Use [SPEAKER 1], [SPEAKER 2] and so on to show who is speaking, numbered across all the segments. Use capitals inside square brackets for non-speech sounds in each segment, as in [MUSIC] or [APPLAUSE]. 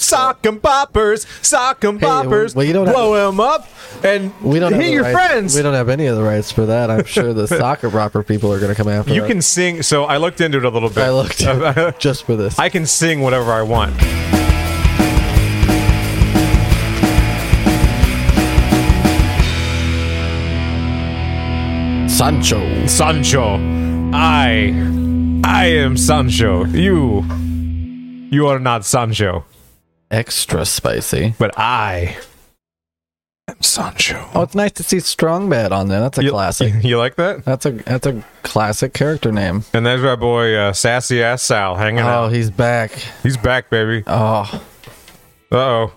[SPEAKER 1] sock 'em poppers, sock 'em
[SPEAKER 2] Hey, well-
[SPEAKER 1] poppers,
[SPEAKER 2] well, you don't have-
[SPEAKER 1] blow 'em up, and
[SPEAKER 2] We don't have
[SPEAKER 1] hit
[SPEAKER 2] the
[SPEAKER 1] your
[SPEAKER 2] rights-
[SPEAKER 1] friends.
[SPEAKER 2] We don't have any of the rights for that. I'm sure the soccer proper people are going to come after
[SPEAKER 3] You
[SPEAKER 2] us.
[SPEAKER 3] can sing. So I looked into it a little bit.
[SPEAKER 2] I looked just for this.
[SPEAKER 3] [LAUGHS] I can sing whatever I want.
[SPEAKER 2] Sancho.
[SPEAKER 3] Sancho, I, I am Sancho. You, you are not Sancho,
[SPEAKER 2] Extra spicy.
[SPEAKER 3] but I am Sancho.
[SPEAKER 2] Oh, it's nice to see Strongbad on there. That's a
[SPEAKER 3] You- [LAUGHS]
[SPEAKER 2] classic.
[SPEAKER 3] You like that?
[SPEAKER 2] That's a that's a classic character name.
[SPEAKER 3] And there's my boy, uh, sassy ass Sal, hanging
[SPEAKER 2] Oh,
[SPEAKER 3] out.
[SPEAKER 2] he's back.
[SPEAKER 3] He's back, baby.
[SPEAKER 2] Oh,
[SPEAKER 3] Uh oh.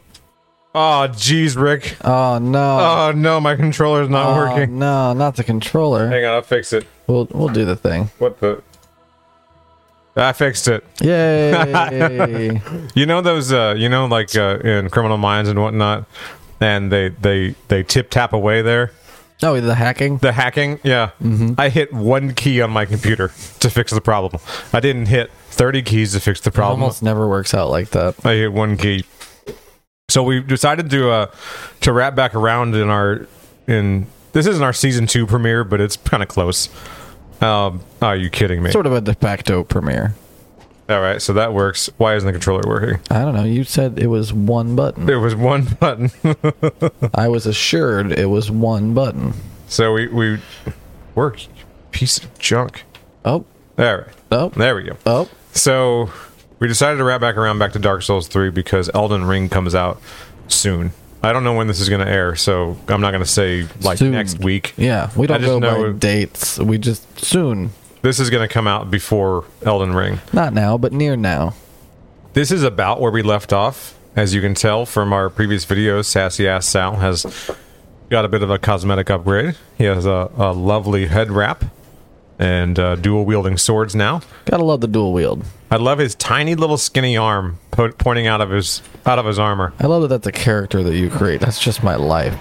[SPEAKER 3] Oh, jeez, Rick.
[SPEAKER 2] oh no.
[SPEAKER 3] Oh no, my controller's not
[SPEAKER 2] Oh,
[SPEAKER 3] working.
[SPEAKER 2] No, not the controller.
[SPEAKER 3] Hang on, I'll fix it.
[SPEAKER 2] We'll we'll do the thing.
[SPEAKER 3] What the? I fixed it.
[SPEAKER 2] Yay!
[SPEAKER 3] You know those, uh, you know, like uh, in Criminal Minds and whatnot, and they they they tip tap away there.
[SPEAKER 2] oh, the hacking.
[SPEAKER 3] The hacking, yeah. I hit one key on my computer to fix the problem. I didn't hit thirty keys to fix the problem.
[SPEAKER 2] Almost never works out like that.
[SPEAKER 3] I hit one key. So we decided to uh to wrap back around in our in this isn't our season two premiere, but it's kind of close. Um, are you kidding me?
[SPEAKER 2] Sort of a de facto premiere.
[SPEAKER 3] All right, so that works. Why isn't the controller working?
[SPEAKER 2] I don't know. You said it was one button.
[SPEAKER 3] There was one [LAUGHS] button.
[SPEAKER 2] I was assured it was one button.
[SPEAKER 3] So we we work you piece of junk.
[SPEAKER 2] Oh,
[SPEAKER 3] All right,
[SPEAKER 2] oh,
[SPEAKER 3] there we go.
[SPEAKER 2] oh.
[SPEAKER 3] So we decided to wrap back around back to Dark Souls three because Elden Ring comes out soon. I don't know when this is going to air, so I'm not going to say like
[SPEAKER 2] Soon.
[SPEAKER 3] next week.
[SPEAKER 2] Yeah, we
[SPEAKER 3] I
[SPEAKER 2] don't
[SPEAKER 3] just
[SPEAKER 2] go
[SPEAKER 3] know-
[SPEAKER 2] by dates. We just soon,
[SPEAKER 3] This is going to come out before Elden Ring.
[SPEAKER 2] not now, but near now.
[SPEAKER 3] This is about where we left off. As you can tell from our previous videos, Sassy Ass Sal has got a bit of a cosmetic upgrade. He has a, a lovely head wrap and uh, dual wielding swords now.
[SPEAKER 2] Gotta love the dual wield.
[SPEAKER 3] I love his tiny little skinny arm po- pointing out of his out of his armor. [LAUGHS]
[SPEAKER 2] I love that that's a character that you create. That's just my life.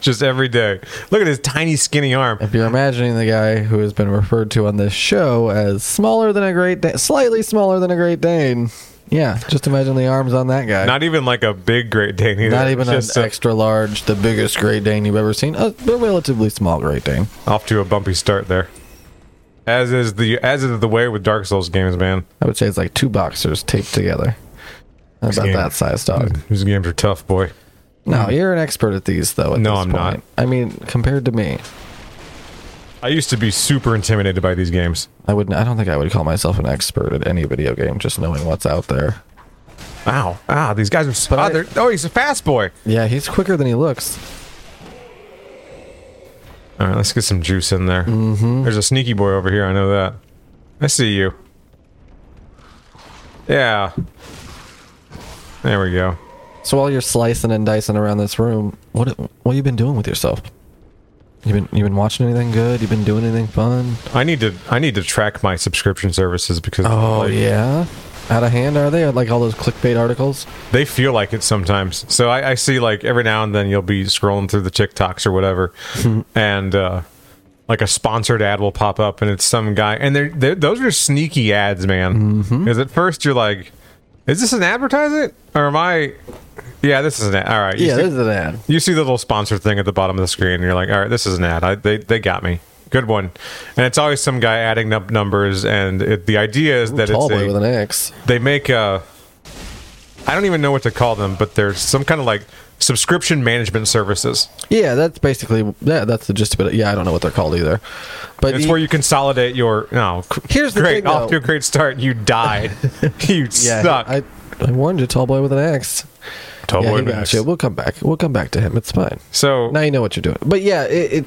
[SPEAKER 3] just every day. Look at his tiny skinny arm.
[SPEAKER 2] If you're imagining the guy who has been referred to on this show as smaller than a Great Dane, slightly smaller than a Great Dane, yeah, just imagine the arms on that guy. Not,
[SPEAKER 3] Not even like a big Great Dane. Either.
[SPEAKER 2] even an
[SPEAKER 3] just uh, a-
[SPEAKER 2] extra large, the biggest Great Dane you've ever seen, a relatively small Great Dane.
[SPEAKER 3] off to a bumpy start there. As is the as is the way with Dark Souls games, man.
[SPEAKER 2] I would say it's like two boxers taped together. About
[SPEAKER 3] Yeah.
[SPEAKER 2] that size dog.
[SPEAKER 3] These games are tough, boy.
[SPEAKER 2] No, you're an expert at these, though. At
[SPEAKER 3] Hmm. No,
[SPEAKER 2] this
[SPEAKER 3] I'm
[SPEAKER 2] point.
[SPEAKER 3] not.
[SPEAKER 2] I mean, compared to me,
[SPEAKER 3] I used to be super intimidated by these games.
[SPEAKER 2] I would. I don't think I would call myself an expert at any video game, just knowing what's out there.
[SPEAKER 3] Ow! Ah, these guys are. s- ah,
[SPEAKER 2] I-
[SPEAKER 3] they're- oh, he's a fast boy.
[SPEAKER 2] Yeah, he's quicker than he looks.
[SPEAKER 3] All right, let's get some juice in there. Mm-hmm. There's a sneaky boy over here. I know that. I see you. Yeah. There we go.
[SPEAKER 2] So while you're slicing and dicing around this room, what what you been doing with yourself? You been you been watching anything good? You been doing anything fun?
[SPEAKER 3] I need to I need to track my subscription services because like,
[SPEAKER 2] yeah, out of hand are they? Like all those clickbait articles?
[SPEAKER 3] they feel like it sometimes. So I, I see like every now and then you'll be scrolling through the TikToks or
[SPEAKER 2] [LAUGHS]
[SPEAKER 3] whatever, and uh, like a sponsored ad will pop up, and it's some guy, and they're, they're those are sneaky ads, man.
[SPEAKER 2] Mm-hmm.
[SPEAKER 3] Because at first you're like, is this an advertisement or am I? Yeah, this is an ad. All right, you
[SPEAKER 2] Yeah,
[SPEAKER 3] see,
[SPEAKER 2] this is an ad.
[SPEAKER 3] you see the little sponsor thing at the bottom of the screen, and you're like, all right, this is an ad. I, they, they got me. Good one. And it's always some guy adding up numbers, and it, the idea is that
[SPEAKER 2] Tall
[SPEAKER 3] it's
[SPEAKER 2] boy
[SPEAKER 3] a,
[SPEAKER 2] with an X.
[SPEAKER 3] they make uh I don't even know what to call them, but there's some kind of like subscription management services.
[SPEAKER 2] Yeah, that's basically yeah. That's the gist of it. Yeah, I don't know what they're called either. But
[SPEAKER 3] It's
[SPEAKER 2] e-
[SPEAKER 3] where you consolidate your no. cr-
[SPEAKER 2] Here's the
[SPEAKER 3] great
[SPEAKER 2] thing,
[SPEAKER 3] off
[SPEAKER 2] though.
[SPEAKER 3] to a great start. You
[SPEAKER 2] [LAUGHS]
[SPEAKER 3] died. you
[SPEAKER 2] yeah,
[SPEAKER 3] suck.
[SPEAKER 2] I I warned you, tall boy with an X.
[SPEAKER 3] Tall
[SPEAKER 2] yeah,
[SPEAKER 3] boy
[SPEAKER 2] he got
[SPEAKER 3] next.
[SPEAKER 2] you. We'll come back. We'll come back to him. It's fine.
[SPEAKER 3] So
[SPEAKER 2] now you know what you're doing. But yeah, it, it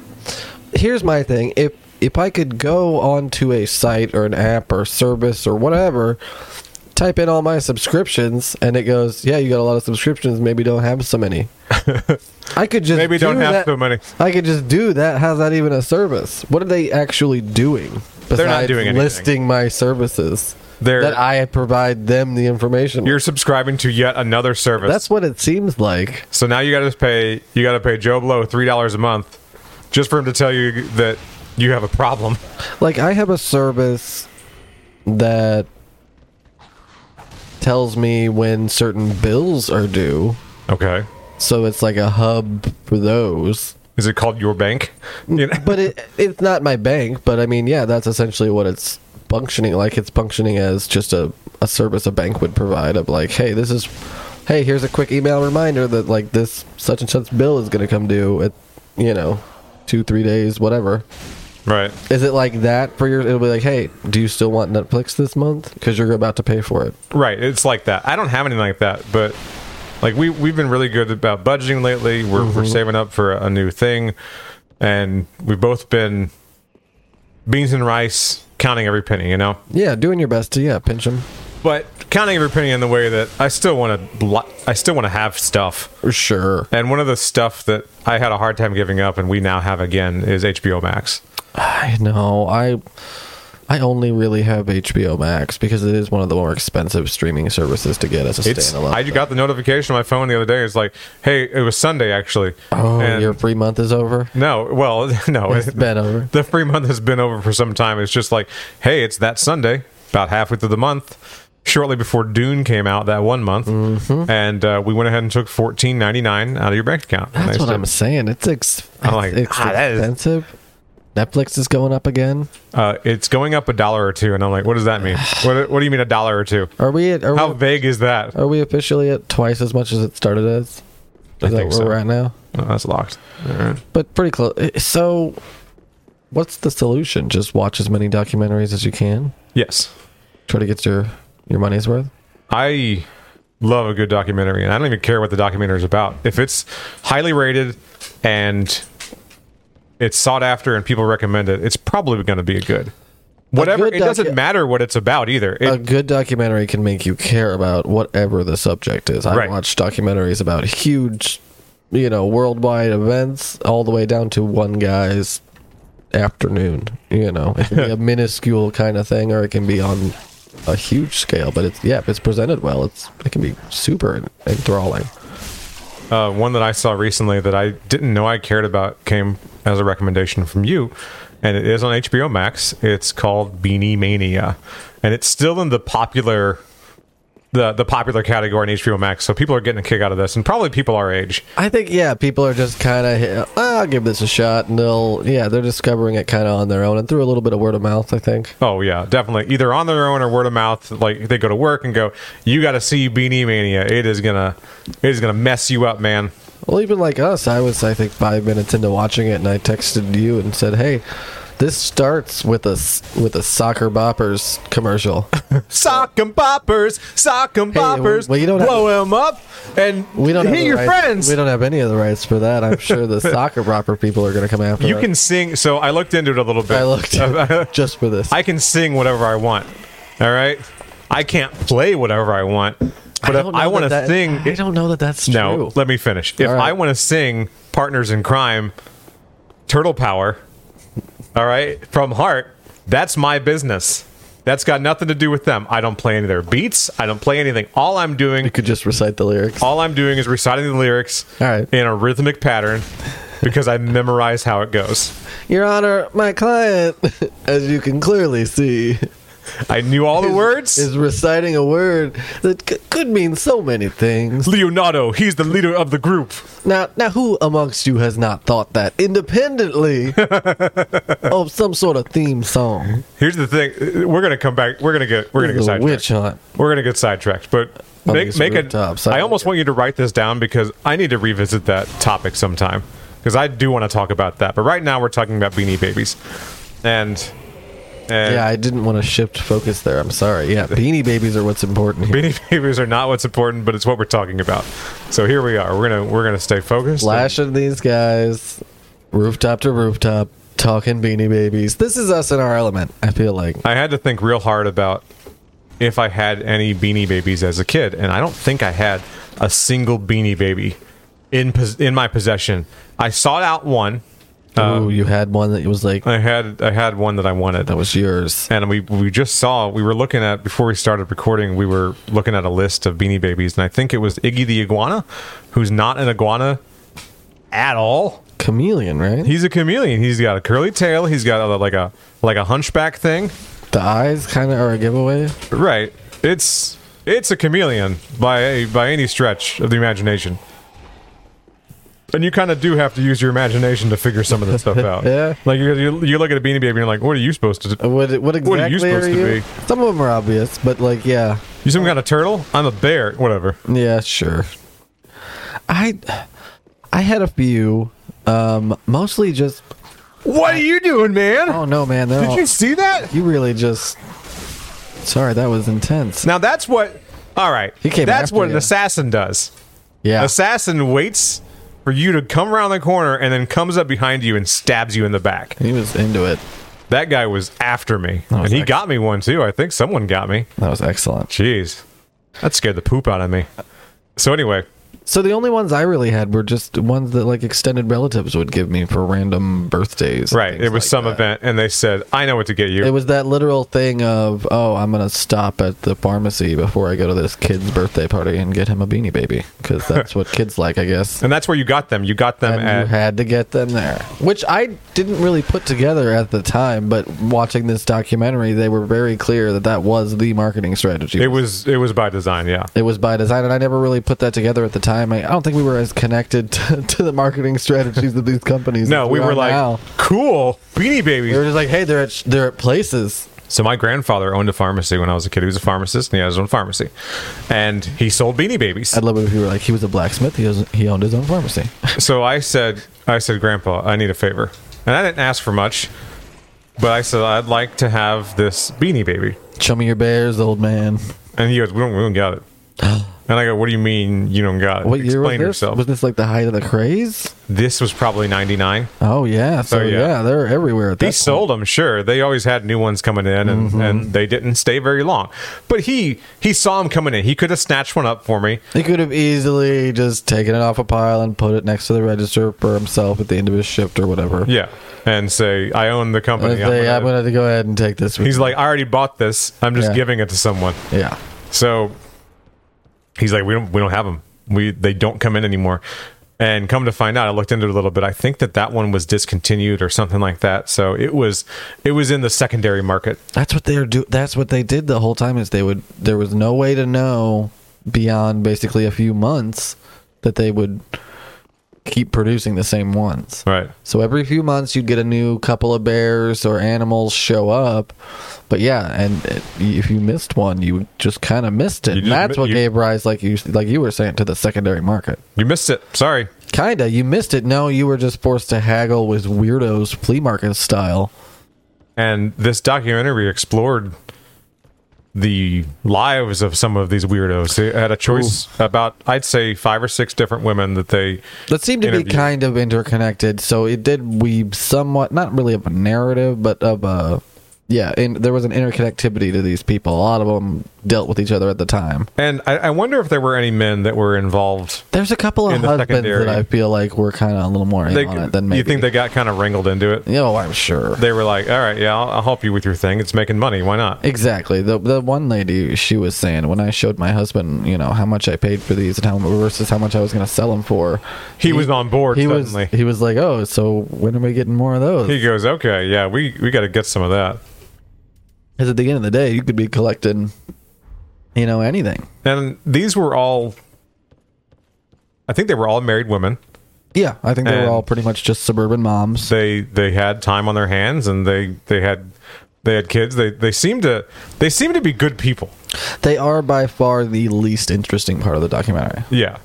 [SPEAKER 2] here's my thing. If if I could go onto a site or an app or service or whatever, type in all my subscriptions, and it goes, yeah, you got a lot of subscriptions. Maybe don't have so
[SPEAKER 3] [LAUGHS]
[SPEAKER 2] many. I could just
[SPEAKER 3] Maybe
[SPEAKER 2] do
[SPEAKER 3] don't have
[SPEAKER 2] that-
[SPEAKER 3] so many.
[SPEAKER 2] I could just do that. How's that even a service? What are they actually doing? Besides
[SPEAKER 3] They're not doing anything.
[SPEAKER 2] listing my services.
[SPEAKER 3] They're-
[SPEAKER 2] that I provide them the information.
[SPEAKER 3] you're subscribing to yet another service.
[SPEAKER 2] That's what it seems like.
[SPEAKER 3] so now you got to pay you got to pay Joe Blow three dollars a month just for him to tell you that you have a problem.
[SPEAKER 2] like I have a service that tells me when certain bills are due.
[SPEAKER 3] Okay.
[SPEAKER 2] So it's like a hub for those.
[SPEAKER 3] Is it called your bank? You know?
[SPEAKER 2] Mm, But it it's not my bank, but I mean, yeah, that's essentially what it's functioning like. It's functioning as just a, a service a bank would provide of like, hey, this is hey, here's a quick email reminder that like this such and such bill is gonna come due at you know, two, three days, whatever.
[SPEAKER 3] right.
[SPEAKER 2] Is it like that for your it'll be like, hey, do you still want Netflix this month? Because you're about to pay for it.
[SPEAKER 3] Right. It's like that. I don't have anything like that, but like we we've been really good about budgeting lately. We're we're saving up for a new thing, and we've both been beans and rice, counting every penny. You know.
[SPEAKER 2] Yeah, doing your best to yeah, pinch them.
[SPEAKER 3] but counting every penny in the way that I still want to, I still want to have stuff.
[SPEAKER 2] Sure.
[SPEAKER 3] And one of the stuff that I had a hard time giving up, and we now have again, is HBO Max.
[SPEAKER 2] I know. I I only really have HBO Max because it is one of the more expensive streaming services to get as a
[SPEAKER 3] It's
[SPEAKER 2] standalone.
[SPEAKER 3] I
[SPEAKER 2] thing.
[SPEAKER 3] got the notification on my phone the other day. It's like, hey, it was Sunday actually.
[SPEAKER 2] oh,
[SPEAKER 3] And-
[SPEAKER 2] your free month is over.
[SPEAKER 3] no, well, [LAUGHS] no,
[SPEAKER 2] It's been over.
[SPEAKER 3] The free month has been over for some time. It's just like, hey, it's that Sunday, about halfway through the month, shortly before Dune came out that one month,
[SPEAKER 2] Mm-hmm.
[SPEAKER 3] and uh, we went ahead and took fourteen ninety nine out of your bank account. And
[SPEAKER 2] That's
[SPEAKER 3] they
[SPEAKER 2] what
[SPEAKER 3] said-
[SPEAKER 2] I'm saying. It's, ex-
[SPEAKER 3] I'm like,
[SPEAKER 2] it's
[SPEAKER 3] "Ah, that is-
[SPEAKER 2] expensive. Netflix is going up again.
[SPEAKER 3] uh, it's going up a dollar or two, and I'm like, what does that
[SPEAKER 2] [SIGHS]
[SPEAKER 3] mean? what, what do you mean a dollar or two?
[SPEAKER 2] Are we at? Are
[SPEAKER 3] How
[SPEAKER 2] we,
[SPEAKER 3] vague is that?
[SPEAKER 2] are we officially at twice as much as it started as? Is that
[SPEAKER 3] think
[SPEAKER 2] where we're
[SPEAKER 3] so.
[SPEAKER 2] at now?
[SPEAKER 3] Oh, that's locked. All right.
[SPEAKER 2] But pretty close. So, what's the solution? Just watch as many documentaries as you can.
[SPEAKER 3] Yes,
[SPEAKER 2] Try to get your your money's worth.
[SPEAKER 3] I love a good documentary, and I don't even care what the documentary is about. If it's highly rated and it's sought after and people recommend it, it's probably going to be good. Whatever.
[SPEAKER 2] good
[SPEAKER 3] it doesn't
[SPEAKER 2] docu-
[SPEAKER 3] matter what it's about either. It,
[SPEAKER 2] a good documentary can make you care about whatever the subject is. I
[SPEAKER 3] Right.
[SPEAKER 2] watch documentaries about huge, you know, worldwide events, all the way down to one guy's afternoon. You know, it can be [LAUGHS] a minuscule kind of thing, or it can be on a huge scale. But it's yeah, if it's presented well, it's it can be super enthralling.
[SPEAKER 3] uh, one that I saw recently that I didn't know I cared about came as a recommendation from you, and it is on HBO Max. It's called Beanie Mania, and it's still in the popular the the popular category on HBO Max. So people are getting a kick out of this, and probably people our age.
[SPEAKER 2] I think yeah, people are just kind of "Ah, I'll give this a shot, and they'll yeah, they're discovering it kind of on their own and through a little bit of word of mouth. I think.
[SPEAKER 3] Oh yeah, definitely. Either on their own or word of mouth. Like they go to work and go, "You got to see Beanie Mania. It is gonna it is gonna mess you up, man."
[SPEAKER 2] Well, even like us, I was, I think, five minutes into watching it, and I texted you and said, "Hey, this starts with a s- with a soccer boppers commercial.
[SPEAKER 1] Sock 'em boppers, sock 'em
[SPEAKER 2] Hey,
[SPEAKER 1] boppers.
[SPEAKER 2] well, you don't have-
[SPEAKER 1] blow 'em up and
[SPEAKER 3] [LAUGHS]
[SPEAKER 2] We don't have
[SPEAKER 1] hit
[SPEAKER 2] the
[SPEAKER 1] your
[SPEAKER 2] rights-
[SPEAKER 1] friends.
[SPEAKER 2] We don't have any of the rights for that. I'm sure the soccer bopper people are going to come after.
[SPEAKER 3] You
[SPEAKER 2] us.
[SPEAKER 3] can sing. So I looked into it a little bit.
[SPEAKER 2] I looked [LAUGHS] just for
[SPEAKER 3] [LAUGHS]
[SPEAKER 2] this.
[SPEAKER 3] I can sing whatever I want. All right. I can't play whatever I want. But if
[SPEAKER 2] don't know
[SPEAKER 3] I want
[SPEAKER 2] that
[SPEAKER 3] to
[SPEAKER 2] that-
[SPEAKER 3] sing,
[SPEAKER 2] I don't know that that's
[SPEAKER 3] no.
[SPEAKER 2] true.
[SPEAKER 3] Let me finish. If
[SPEAKER 2] All right.
[SPEAKER 3] I want to sing "Partners in Crime," Turtle Power. All right, from Heart. That's my business. That's got nothing to do with them. I don't play any of their beats. I don't play anything. All I'm doing
[SPEAKER 2] You could just recite the lyrics.
[SPEAKER 3] all I'm doing is reciting the lyrics
[SPEAKER 2] All right.
[SPEAKER 3] in a rhythmic pattern because I memorize how it goes.
[SPEAKER 2] Your Honor, my client, [LAUGHS] as you can clearly see,
[SPEAKER 3] I knew all the words.
[SPEAKER 2] is reciting a word that c- could mean so many things.
[SPEAKER 3] Leonardo, he's the leader of the group.
[SPEAKER 2] Now, now, who amongst you has not thought that
[SPEAKER 3] [LAUGHS]
[SPEAKER 2] independently of some sort of theme song?
[SPEAKER 3] Here's the thing: we're gonna come back. We're gonna get. We're gonna get
[SPEAKER 2] The
[SPEAKER 3] sidetracked.
[SPEAKER 2] witch hunt.
[SPEAKER 3] We're gonna get sidetracked. But
[SPEAKER 2] On
[SPEAKER 3] make
[SPEAKER 2] these
[SPEAKER 3] make
[SPEAKER 2] rooftops,
[SPEAKER 3] a.
[SPEAKER 2] I
[SPEAKER 3] I almost
[SPEAKER 2] like it.
[SPEAKER 3] want you to write this down because I need to revisit that topic sometime because I do want to talk about that. But right now we're talking about Beanie Babies, and and
[SPEAKER 2] Yeah, I didn't want to shift focus there. I'm sorry. Yeah, Beanie Babies are what's important here.
[SPEAKER 3] Beanie [LAUGHS] Babies are not what's important, but it's what we're talking about. So here we are. We're gonna we're gonna stay focused.
[SPEAKER 2] Flashing these guys, rooftop to rooftop, talking Beanie Babies. This is us in our element. I feel like
[SPEAKER 3] I had to think real hard about if I had any beanie babies as a kid, and I don't think I had a single beanie baby in pos- in my possession. I sought out one.
[SPEAKER 2] ooh, you had one that was like
[SPEAKER 3] Um, I had I had one that I wanted.
[SPEAKER 2] that was yours.
[SPEAKER 3] and we we just saw we were looking at before we started recording we were looking at a list of beanie babies and i think it was iggy the iguana who's not an iguana at all
[SPEAKER 2] Chameleon, right?
[SPEAKER 3] he's a chameleon he's got a curly tail he's got a, like a like a hunchback thing
[SPEAKER 2] The eyes kind of are a giveaway.
[SPEAKER 3] Right. It's It's a chameleon by by any stretch of the imagination. And you kind of do have to use your imagination to figure some of this stuff out.
[SPEAKER 2] Yeah.
[SPEAKER 3] Like you, you, you look at a Beanie Baby and you're like, what are you supposed to do?
[SPEAKER 2] What, what exactly
[SPEAKER 3] What are you supposed to
[SPEAKER 2] you? Some of them are obvious, but like, yeah,
[SPEAKER 3] You some kind of turtle? I'm a bear. Whatever.
[SPEAKER 2] yeah, sure. I, I had a few, um, mostly just.
[SPEAKER 3] What are you doing, man?
[SPEAKER 2] Oh no, man! they're
[SPEAKER 3] Did
[SPEAKER 2] all-
[SPEAKER 3] you see that?
[SPEAKER 2] You really just. Sorry, that was intense.
[SPEAKER 3] Now that's what. All right.
[SPEAKER 2] He came
[SPEAKER 3] that's
[SPEAKER 2] after
[SPEAKER 3] what an
[SPEAKER 2] you.
[SPEAKER 3] assassin does.
[SPEAKER 2] yeah.
[SPEAKER 3] Assassin waits for you to come around the corner and then comes up behind you and stabs you in the back.
[SPEAKER 2] He was into it.
[SPEAKER 3] That guy was after me, and
[SPEAKER 2] was
[SPEAKER 3] he
[SPEAKER 2] excellent.
[SPEAKER 3] got me one too. I think someone got me.
[SPEAKER 2] That was excellent.
[SPEAKER 3] Jeez, that scared the poop out of me. So anyway,
[SPEAKER 2] So the only ones I really had were just ones that like extended relatives would give me for random birthdays. and
[SPEAKER 3] right,
[SPEAKER 2] things
[SPEAKER 3] it was
[SPEAKER 2] like
[SPEAKER 3] some
[SPEAKER 2] that.
[SPEAKER 3] event, and they said, "I know what to get you."
[SPEAKER 2] It was that literal thing of, oh, I'm gonna stop at the pharmacy before I go to this kid's birthday party and get him a beanie baby because
[SPEAKER 3] [LAUGHS]
[SPEAKER 2] that's what kids like, I guess.
[SPEAKER 3] and that's where you got them. You got them
[SPEAKER 2] And you
[SPEAKER 3] at
[SPEAKER 2] had to get them there, which I didn't really put together at the time. But watching this documentary, they were very clear that that was the marketing strategy.
[SPEAKER 3] it was it was by design, yeah.
[SPEAKER 2] it was by design, and I never really put that together at the time. I, I don't think we were as connected [LAUGHS] to, to the marketing strategies of these companies.
[SPEAKER 3] No,
[SPEAKER 2] as
[SPEAKER 3] we
[SPEAKER 2] are
[SPEAKER 3] were like,
[SPEAKER 2] now.
[SPEAKER 3] cool, Beanie Babies.
[SPEAKER 2] we were just like, hey, they're at sh- they're at places.
[SPEAKER 3] So my grandfather owned a pharmacy when I was a kid. He was a pharmacist and he had his own pharmacy. And he sold beanie babies.
[SPEAKER 2] I'd love it if you were like, he was a blacksmith. He was, he owned his own pharmacy. [LAUGHS]
[SPEAKER 3] So I said I said, Grandpa, I need a favor. And I didn't ask for much. But I said I'd like to have this beanie baby.
[SPEAKER 2] Show me your bears, old man.
[SPEAKER 3] And he goes, We don't we don't got
[SPEAKER 2] [GASPS]
[SPEAKER 3] it. And I go, What do you mean you don't got it?
[SPEAKER 2] What year was
[SPEAKER 3] Explain
[SPEAKER 2] this?
[SPEAKER 3] yourself.
[SPEAKER 2] Was this like the height of the craze?
[SPEAKER 3] this was probably ninety nine.
[SPEAKER 2] Oh yeah, so
[SPEAKER 3] Oh, yeah.
[SPEAKER 2] yeah. they're everywhere. At
[SPEAKER 3] They
[SPEAKER 2] that point.
[SPEAKER 3] sold them, sure. They always had new ones coming in, and,
[SPEAKER 2] Mm-hmm.
[SPEAKER 3] and they didn't stay very long. But he he saw them coming in. He could have snatched one up for me.
[SPEAKER 2] He could have easily just taken it off a pile and put it next to the register for himself at the end of his shift or whatever.
[SPEAKER 3] Yeah, and say I own the
[SPEAKER 2] And
[SPEAKER 3] company.
[SPEAKER 2] if
[SPEAKER 3] I'm
[SPEAKER 2] they-
[SPEAKER 3] gonna-
[SPEAKER 2] I'm gonna have to go ahead and take this. with
[SPEAKER 3] He's
[SPEAKER 2] me.
[SPEAKER 3] like, I already bought this. I'm just
[SPEAKER 2] Yeah.
[SPEAKER 3] giving it to someone.
[SPEAKER 2] yeah,
[SPEAKER 3] So he's like, we don't, we don't have them. We they don't come in anymore. And come to find out, I looked into it a little bit. I think that that one was discontinued or something like that. So it was, it was in the secondary market.
[SPEAKER 2] that's what they're do. That's what they did the whole time. Is they would there was no way to know beyond basically a few months that they would keep producing the same ones.
[SPEAKER 3] Right.
[SPEAKER 2] So every few months you'd get a new couple of bears or animals show up. But yeah, and it, if you missed one, you just kind of missed it.
[SPEAKER 3] You
[SPEAKER 2] And
[SPEAKER 3] just
[SPEAKER 2] that's
[SPEAKER 3] mi-
[SPEAKER 2] what
[SPEAKER 3] you-
[SPEAKER 2] gave rise, like you like you were saying, to the secondary market.
[SPEAKER 3] You missed it. Sorry.
[SPEAKER 2] Kinda, you missed it. No, you were just forced to haggle with weirdos, flea market style.
[SPEAKER 3] And this documentary explored the lives of some of these weirdos. They had a choice about, I'd say, five or six different women that they
[SPEAKER 2] That seemed to
[SPEAKER 3] Interview.
[SPEAKER 2] be kind of interconnected. So it did weave somewhat, not really of a narrative, but of a yeah. And there was an interconnectivity to these people. A lot of them dealt with each other at the time.
[SPEAKER 3] And I, I wonder if there were any men that were involved.
[SPEAKER 2] There's a couple
[SPEAKER 3] In
[SPEAKER 2] of
[SPEAKER 3] the
[SPEAKER 2] husbands
[SPEAKER 3] secondary.
[SPEAKER 2] that I feel like were kind of a little more in
[SPEAKER 3] They,
[SPEAKER 2] on it than maybe.
[SPEAKER 3] You think they got kind of wrangled into it?
[SPEAKER 2] Yeah, oh, I'm sure.
[SPEAKER 3] They were like, "All right, yeah, I'll, I'll help you with your thing. It's making money. Why not?"
[SPEAKER 2] Exactly. The the one lady she was saying when I showed my husband, you know, how much I paid for these and how versus how much I was going to sell them for.
[SPEAKER 3] He was on board
[SPEAKER 2] He
[SPEAKER 3] suddenly.
[SPEAKER 2] was he was like, "Oh, so when are we getting more of those?"
[SPEAKER 3] He goes, "Okay, yeah, we we got to get some of that."
[SPEAKER 2] Because at the end of the day, you could be collecting, you know, anything.
[SPEAKER 3] And these were all, I think they were all married women.
[SPEAKER 2] Yeah, I think they
[SPEAKER 3] And-
[SPEAKER 2] were all pretty much just suburban moms.
[SPEAKER 3] They they had time on their hands, and they they had they had kids. They they seemed to they seemed to be good people.
[SPEAKER 2] They are by far the least interesting part of the documentary.
[SPEAKER 3] Yeah.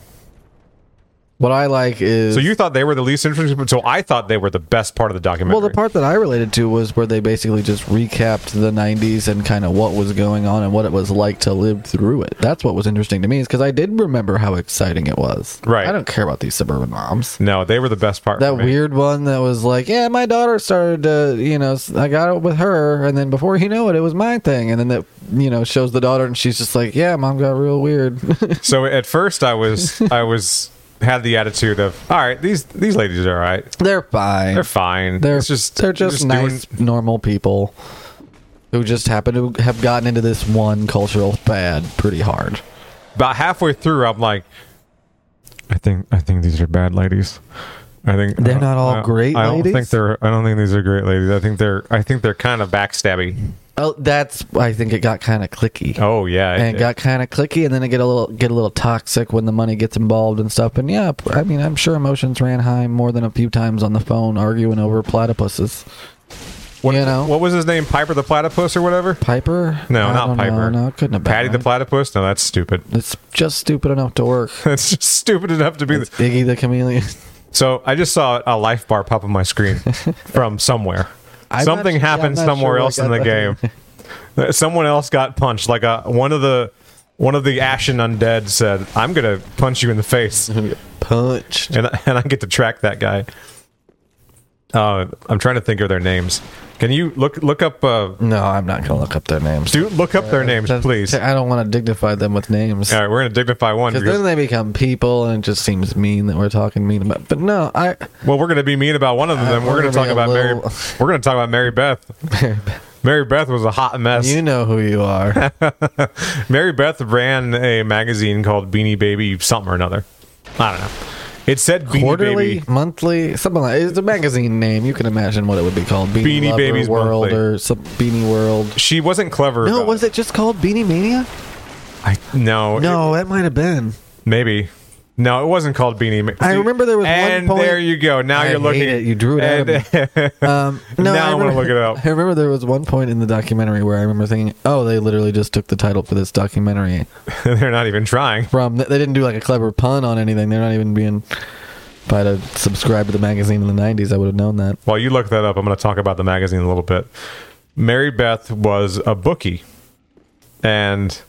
[SPEAKER 2] What I like is
[SPEAKER 3] So you thought they were the least interesting, but so I thought they were the best part of the documentary.
[SPEAKER 2] Well, the part that I related to was where they basically just recapped the 90s and kind of what was going on and what it was like to live through it. That's what was interesting to me is because I did remember how exciting it was.
[SPEAKER 3] Right.
[SPEAKER 2] I don't care about these suburban moms.
[SPEAKER 3] no, they were the best part.
[SPEAKER 2] That
[SPEAKER 3] for me.
[SPEAKER 2] weird one that was like, yeah, my daughter started to, you know, s- I got it with her. And then before you know it, it was my thing. And then that, you know, shows the daughter and she's just like, yeah, mom got real weird. [LAUGHS]
[SPEAKER 3] So at first I was I was had the attitude of all right these these ladies are all right
[SPEAKER 2] They're fine.
[SPEAKER 3] they're fine
[SPEAKER 2] They're
[SPEAKER 3] It's
[SPEAKER 2] just they're just,
[SPEAKER 3] doing-
[SPEAKER 2] nice normal people who just happen to have gotten into this one cultural fad pretty hard.
[SPEAKER 3] about halfway through I'm like I think I think these are bad ladies I think
[SPEAKER 2] They're
[SPEAKER 3] I don't-
[SPEAKER 2] not all
[SPEAKER 3] I don't-
[SPEAKER 2] great
[SPEAKER 3] I don't
[SPEAKER 2] ladies?
[SPEAKER 3] think they're I don't think these are great ladies I think they're I think they're kind of backstabby
[SPEAKER 2] Oh, that's I think it got kind of clicky.
[SPEAKER 3] Oh yeah,
[SPEAKER 2] and it got kind of clicky, and then it get a little get a little toxic when the money gets involved and stuff. And yeah, I mean, I'm sure emotions ran high more than a few times on the phone arguing over platypuses.
[SPEAKER 3] what,
[SPEAKER 2] you know.
[SPEAKER 3] what was his name? Piper the platypus or whatever?
[SPEAKER 2] Piper?
[SPEAKER 3] No,
[SPEAKER 2] I
[SPEAKER 3] not
[SPEAKER 2] don't know.
[SPEAKER 3] Piper.
[SPEAKER 2] No, it couldn't have been
[SPEAKER 3] Patty the
[SPEAKER 2] right.
[SPEAKER 3] platypus? No, that's stupid. [LAUGHS]
[SPEAKER 2] It's just stupid enough to work.
[SPEAKER 3] That's just stupid enough to be. The,
[SPEAKER 2] It's Iggy the chameleon. [LAUGHS]
[SPEAKER 3] so I just saw a life bar pop on my screen from somewhere.
[SPEAKER 2] I'm not
[SPEAKER 3] Something
[SPEAKER 2] su- yeah,
[SPEAKER 3] happened
[SPEAKER 2] I'm not
[SPEAKER 3] somewhere
[SPEAKER 2] sure I
[SPEAKER 3] else in
[SPEAKER 2] got
[SPEAKER 3] the game. [LAUGHS]
[SPEAKER 2] that.
[SPEAKER 3] Someone else got punched. Like a, one of the one of the ashen undead said, "I'm gonna punch you in the
[SPEAKER 2] [LAUGHS]
[SPEAKER 3] face," and
[SPEAKER 2] Punched.
[SPEAKER 3] I, and I get to track that guy. Uh, I'm trying to think of their names. Can you look look up? Uh,
[SPEAKER 2] No, I'm not gonna look up their names.
[SPEAKER 3] do look up their names,
[SPEAKER 2] Uh, That's-
[SPEAKER 3] please. All
[SPEAKER 2] I don't want to dignify them with names.
[SPEAKER 3] right, we're gonna dignify one.
[SPEAKER 2] Because
[SPEAKER 3] because-
[SPEAKER 2] then they become people, and it just seems mean that we're talking mean about. But no,
[SPEAKER 3] [LAUGHS]
[SPEAKER 2] I
[SPEAKER 3] Well, we're going to be mean about one of them. then
[SPEAKER 2] Uh,
[SPEAKER 3] we're
[SPEAKER 2] we're
[SPEAKER 3] going to
[SPEAKER 2] gonna
[SPEAKER 3] talk
[SPEAKER 2] be a
[SPEAKER 3] about Mary.
[SPEAKER 2] little-
[SPEAKER 3] [LAUGHS] We're going to talk about Mary Beth.
[SPEAKER 2] [LAUGHS]
[SPEAKER 3] Mary Beth was a hot mess.
[SPEAKER 2] you know who you are.
[SPEAKER 3] Mary Beth ran a magazine called Beanie Baby something or another. I don't know. It said Beanie
[SPEAKER 2] Quarterly,
[SPEAKER 3] Baby.
[SPEAKER 2] monthly, something like it's a magazine name. You can imagine what it would be called: Beanie,
[SPEAKER 3] Beanie
[SPEAKER 2] Lover
[SPEAKER 3] Babies
[SPEAKER 2] World
[SPEAKER 3] Monthly.
[SPEAKER 2] or some Beanie World.
[SPEAKER 3] She wasn't clever.
[SPEAKER 2] No,
[SPEAKER 3] about
[SPEAKER 2] was it just called Beanie Mania?
[SPEAKER 3] I, no. it-
[SPEAKER 2] No, that might have been.
[SPEAKER 3] maybe. No, it wasn't called Beanie. Ma-
[SPEAKER 2] I remember there was one
[SPEAKER 3] And
[SPEAKER 2] point-
[SPEAKER 3] there you go. Now
[SPEAKER 2] I
[SPEAKER 3] you're
[SPEAKER 2] hate
[SPEAKER 3] looking.
[SPEAKER 2] it. You drew it out of
[SPEAKER 3] and-
[SPEAKER 2] Um,
[SPEAKER 3] [LAUGHS]
[SPEAKER 2] no,
[SPEAKER 3] Now I wanna
[SPEAKER 2] remember-
[SPEAKER 3] look it up.
[SPEAKER 2] [LAUGHS] I remember there was one point in the documentary where I remember thinking, "Oh, they literally just took the title for this documentary
[SPEAKER 3] [LAUGHS] they're not even trying.
[SPEAKER 2] from." They didn't do like a clever pun on anything. They're not even being. If I'd have subscribed to the magazine in the '90s, I would have known that.
[SPEAKER 3] While you look that up, I'm going to talk about the magazine a little bit. Mary Beth was a bookie, and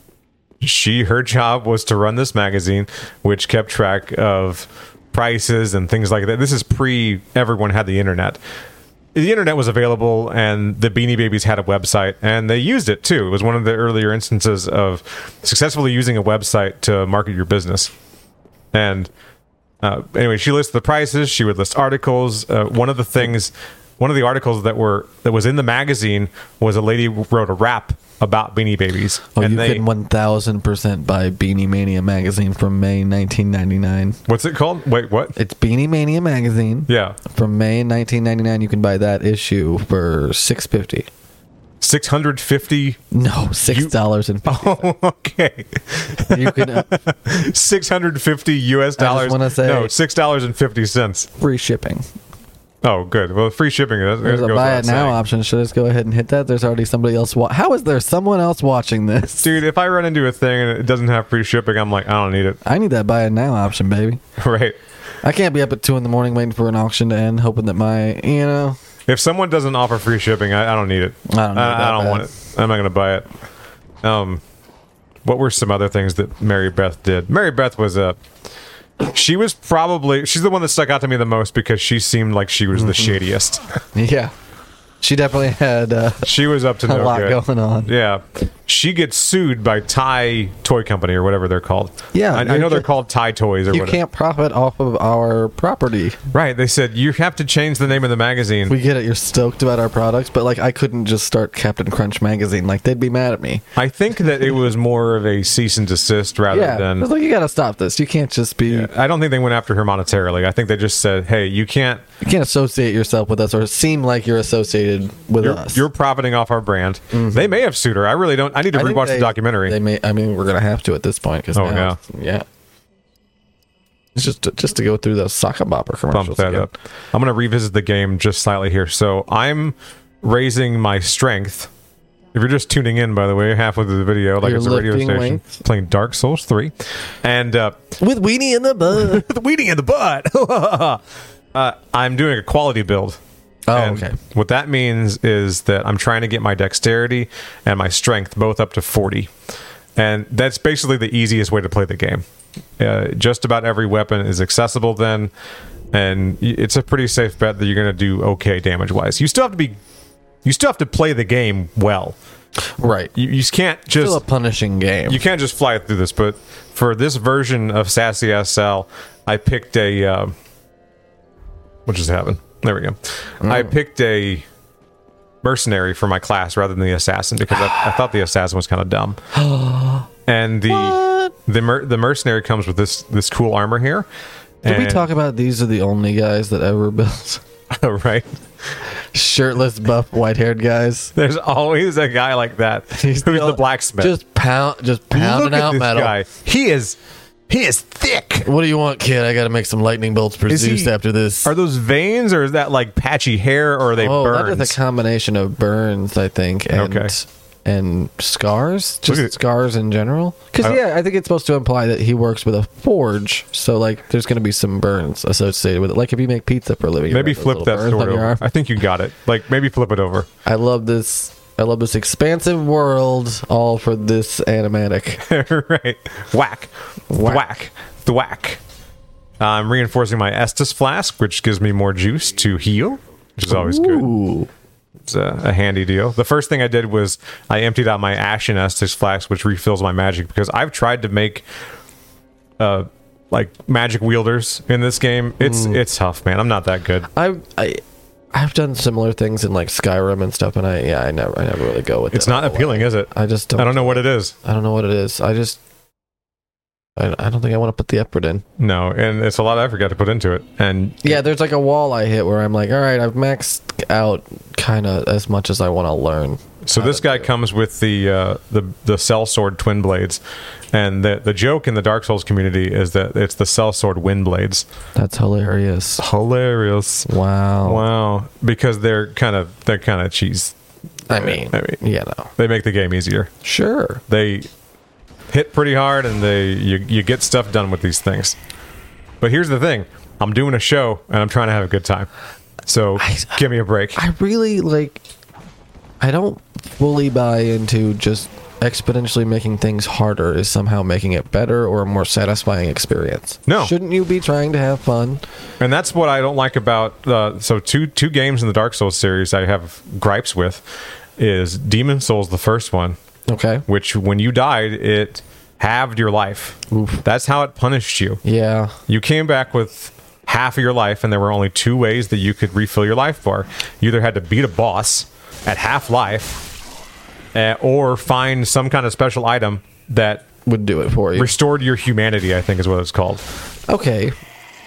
[SPEAKER 3] she her job was to run this magazine, which kept track of prices and things like that. This is pre everyone had the internet. The internet was available, and the Beanie Babies had a website, and they used it too. It was one of the earlier instances of successfully using a website to market your business. And uh, anyway, she lists the prices. She would list articles. Uh, one of the things, one of the articles that were that was in the magazine was a lady wrote a rap about Beanie Babies,
[SPEAKER 2] Oh,
[SPEAKER 3] and
[SPEAKER 2] you
[SPEAKER 3] they
[SPEAKER 2] can one thousand percent buy Beanie Mania magazine from May 1999.
[SPEAKER 3] what's it called? Wait, what?
[SPEAKER 2] It's Beanie Mania magazine
[SPEAKER 3] Yeah,
[SPEAKER 2] from May 1999. You can buy that issue for six fifty.
[SPEAKER 3] six hundred fifty. [LAUGHS]
[SPEAKER 2] No, six dollars and fifty.
[SPEAKER 3] Oh, okay,
[SPEAKER 2] You
[SPEAKER 3] [LAUGHS]
[SPEAKER 2] can uh,
[SPEAKER 3] six hundred fifty U.S. dollars.
[SPEAKER 2] wanna say-
[SPEAKER 3] no, six dollars and fifty cents.
[SPEAKER 2] free shipping.
[SPEAKER 3] Oh, good. Well, free shipping. That, that
[SPEAKER 2] There's a
[SPEAKER 3] goes
[SPEAKER 2] buy
[SPEAKER 3] without
[SPEAKER 2] it now
[SPEAKER 3] saying.
[SPEAKER 2] option. Should I just go ahead and hit that? There's already somebody else. Wa- How is there someone else watching this?
[SPEAKER 3] Dude, if I run into a thing and it doesn't have free shipping, I'm like, I don't need it. [LAUGHS]
[SPEAKER 2] I need that buy it now option, baby.
[SPEAKER 3] Right.
[SPEAKER 2] I can't be up at two in the morning waiting for an auction to end, hoping that my you know.
[SPEAKER 3] If someone doesn't offer free shipping, I, I don't need it.
[SPEAKER 2] I don't need
[SPEAKER 3] I,
[SPEAKER 2] that
[SPEAKER 3] don't
[SPEAKER 2] bad.
[SPEAKER 3] want it. I'm not going to buy it. Um, what were some other things that Mary Beth did? Mary Beth was a. She was probably she's the one that stuck out to me the most because she seemed like she was the
[SPEAKER 2] Mm-hmm.
[SPEAKER 3] shadiest. [LAUGHS]
[SPEAKER 2] Yeah, she definitely had uh,
[SPEAKER 3] She was up to
[SPEAKER 2] [LAUGHS] a
[SPEAKER 3] no
[SPEAKER 2] lot
[SPEAKER 3] good.
[SPEAKER 2] going on.
[SPEAKER 3] Yeah, she gets sued by Thai Toy Company or whatever they're called.
[SPEAKER 2] Yeah,
[SPEAKER 3] I, I
[SPEAKER 2] you're
[SPEAKER 3] know they're
[SPEAKER 2] ju-
[SPEAKER 3] called Thai Toys or
[SPEAKER 2] You
[SPEAKER 3] whatever.
[SPEAKER 2] can't profit off of our property.
[SPEAKER 3] Right? They said you have to change the name of the magazine.
[SPEAKER 2] We get it. You're stoked about our products, but like I couldn't just start Captain Crunch magazine. Like they'd be mad at me.
[SPEAKER 3] I think that it was more of a cease and desist rather
[SPEAKER 2] Yeah,
[SPEAKER 3] than
[SPEAKER 2] it's like you gotta stop this. You can't just be.
[SPEAKER 3] I don't think they went after her monetarily. I think they just said, "Hey, you can't.
[SPEAKER 2] You can't associate yourself with us or seem like you're associated with
[SPEAKER 3] You're,
[SPEAKER 2] us.
[SPEAKER 3] you're profiting off our brand." They may have sued her. I really don't. I need to
[SPEAKER 2] Mm-hmm. I think
[SPEAKER 3] rewatch
[SPEAKER 2] they-
[SPEAKER 3] the documentary.
[SPEAKER 2] They may. I mean, we're gonna have to at this point because
[SPEAKER 3] Oh,
[SPEAKER 2] now, yeah, It's just just to go through those sock bopper
[SPEAKER 3] Bump
[SPEAKER 2] commercials.
[SPEAKER 3] that
[SPEAKER 2] again.
[SPEAKER 3] up. I'm going to revisit the game just slightly here. So I'm raising my strength. If you're just tuning in, by the way, halfway through the video, like
[SPEAKER 2] You're
[SPEAKER 3] it's a radio
[SPEAKER 2] lifting
[SPEAKER 3] station,
[SPEAKER 2] weights.
[SPEAKER 3] playing Dark Souls 3, and uh, [LAUGHS]
[SPEAKER 2] with weenie in the butt.
[SPEAKER 3] the weenie in the butt. [LAUGHS] uh, I'm doing a quality build.
[SPEAKER 2] oh,
[SPEAKER 3] And
[SPEAKER 2] okay.
[SPEAKER 3] What that means is that I'm trying to get my dexterity and my strength both up to 40. And that's basically the easiest way to play the game. Uh, just about every weapon is accessible then, and y- it's a pretty safe bet that you're going to do okay damage wise. You still have to be, you still have to play the game well.
[SPEAKER 2] Right.
[SPEAKER 3] You, you can't just
[SPEAKER 2] Still a punishing game.
[SPEAKER 3] you can't just fly through this, but for this version of Sassy SL, I picked a. Uh, what just happened? There we go.
[SPEAKER 4] Mm.
[SPEAKER 3] I picked a mercenary for my class rather than the assassin because I, I thought the assassin was kind
[SPEAKER 4] [GASPS]
[SPEAKER 3] of dumb. And the the mer- the mercenary comes with this this cool armor here.
[SPEAKER 2] Did we
[SPEAKER 3] And-
[SPEAKER 2] talk about these are the only guys that ever built?
[SPEAKER 3] [LAUGHS] right?
[SPEAKER 2] [LAUGHS] shirtless, buff, white-haired guys.
[SPEAKER 3] There's always a guy like that who's the blacksmith.
[SPEAKER 4] Just pound, just pounding
[SPEAKER 3] Look at
[SPEAKER 4] out
[SPEAKER 3] this
[SPEAKER 4] metal.
[SPEAKER 3] guy. He is he is thick.
[SPEAKER 4] What do you want, kid? I got to make some lightning bolts for
[SPEAKER 3] Is
[SPEAKER 4] Zeus
[SPEAKER 3] he-
[SPEAKER 4] after this.
[SPEAKER 3] Are those veins or is that like patchy hair or are they
[SPEAKER 2] Oh,
[SPEAKER 3] burns?
[SPEAKER 2] that is a combination of burns, I think, and
[SPEAKER 3] Okay.
[SPEAKER 2] and scars,
[SPEAKER 3] Look
[SPEAKER 2] just
[SPEAKER 3] at- Oh.
[SPEAKER 2] scars in general. Because
[SPEAKER 3] I-
[SPEAKER 2] yeah, I think it's supposed to imply that he works with a forge, so like there's going to be some burns associated with it. Like if you make pizza for a living,
[SPEAKER 3] maybe
[SPEAKER 2] you're gonna have
[SPEAKER 3] flip
[SPEAKER 2] those
[SPEAKER 3] that
[SPEAKER 2] little burns
[SPEAKER 3] story
[SPEAKER 2] on your
[SPEAKER 3] over.
[SPEAKER 2] arm.
[SPEAKER 3] I think you got it. Like maybe flip it over. [LAUGHS]
[SPEAKER 2] I love this. I love this expansive world, all for this animatic.
[SPEAKER 3] [LAUGHS] right. Whack. Whack.
[SPEAKER 2] Whack.
[SPEAKER 3] Thwack. I'm reinforcing my Estus flask, which gives me more juice to heal, which is always good.
[SPEAKER 2] Ooh,
[SPEAKER 3] It's a, a handy deal. The first thing I did was I emptied out my Ashen Estus flask, which refills my magic, because I've tried to make uh like magic wielders in this game. It's
[SPEAKER 2] Mm.
[SPEAKER 3] it's tough, man. I'm not that good.
[SPEAKER 2] I I I've done similar things in like Skyrim and stuff, and I yeah, I never I never really go with
[SPEAKER 3] It's
[SPEAKER 2] it.
[SPEAKER 3] not appealing, is it?
[SPEAKER 2] I just don't.
[SPEAKER 3] I don't know what it is.
[SPEAKER 2] I don't know what it is. I just, I, I don't think I want to put the effort in.
[SPEAKER 3] No, and it's a lot of effort you got to put into it. And
[SPEAKER 2] Yeah, there's like a wall I hit where I'm like, all right, I've maxed out kind of as much as I want to learn.
[SPEAKER 3] So this guy comes with the uh, the the cell sword twin blades, and the the joke in the Dark Souls community is that it's the cell sword wind blades.
[SPEAKER 2] That's hilarious.
[SPEAKER 3] Hilarious!
[SPEAKER 2] Wow.
[SPEAKER 3] Wow, because they're kind of they're kind of cheese.
[SPEAKER 2] I mean,
[SPEAKER 3] I mean-
[SPEAKER 2] you know,
[SPEAKER 3] They make the game easier.
[SPEAKER 2] sure.
[SPEAKER 3] They hit pretty hard, and they you you get stuff done with these things. But here's the thing: I'm doing a show, and I'm trying to have a good time. So give me a break.
[SPEAKER 2] I really like. I don't fully buy into just exponentially making things harder is somehow making it better or a more satisfying experience.
[SPEAKER 3] No.
[SPEAKER 2] Shouldn't you be trying to have fun?
[SPEAKER 3] And that's what I don't like about uh, so two two games in the Dark Souls series I have gripes with is Demon Souls the first one,
[SPEAKER 2] Okay.
[SPEAKER 3] which when you died it halved your life.
[SPEAKER 2] Oof.
[SPEAKER 3] That's how it punished you.
[SPEAKER 2] Yeah.
[SPEAKER 3] You came back with half of your life, and there were only two ways that you could refill your life bar. You either had to beat a boss at half life, uh, or find some kind of special item that
[SPEAKER 2] Would do it for you.
[SPEAKER 3] restored your humanity. I think is what it's called.
[SPEAKER 2] Okay.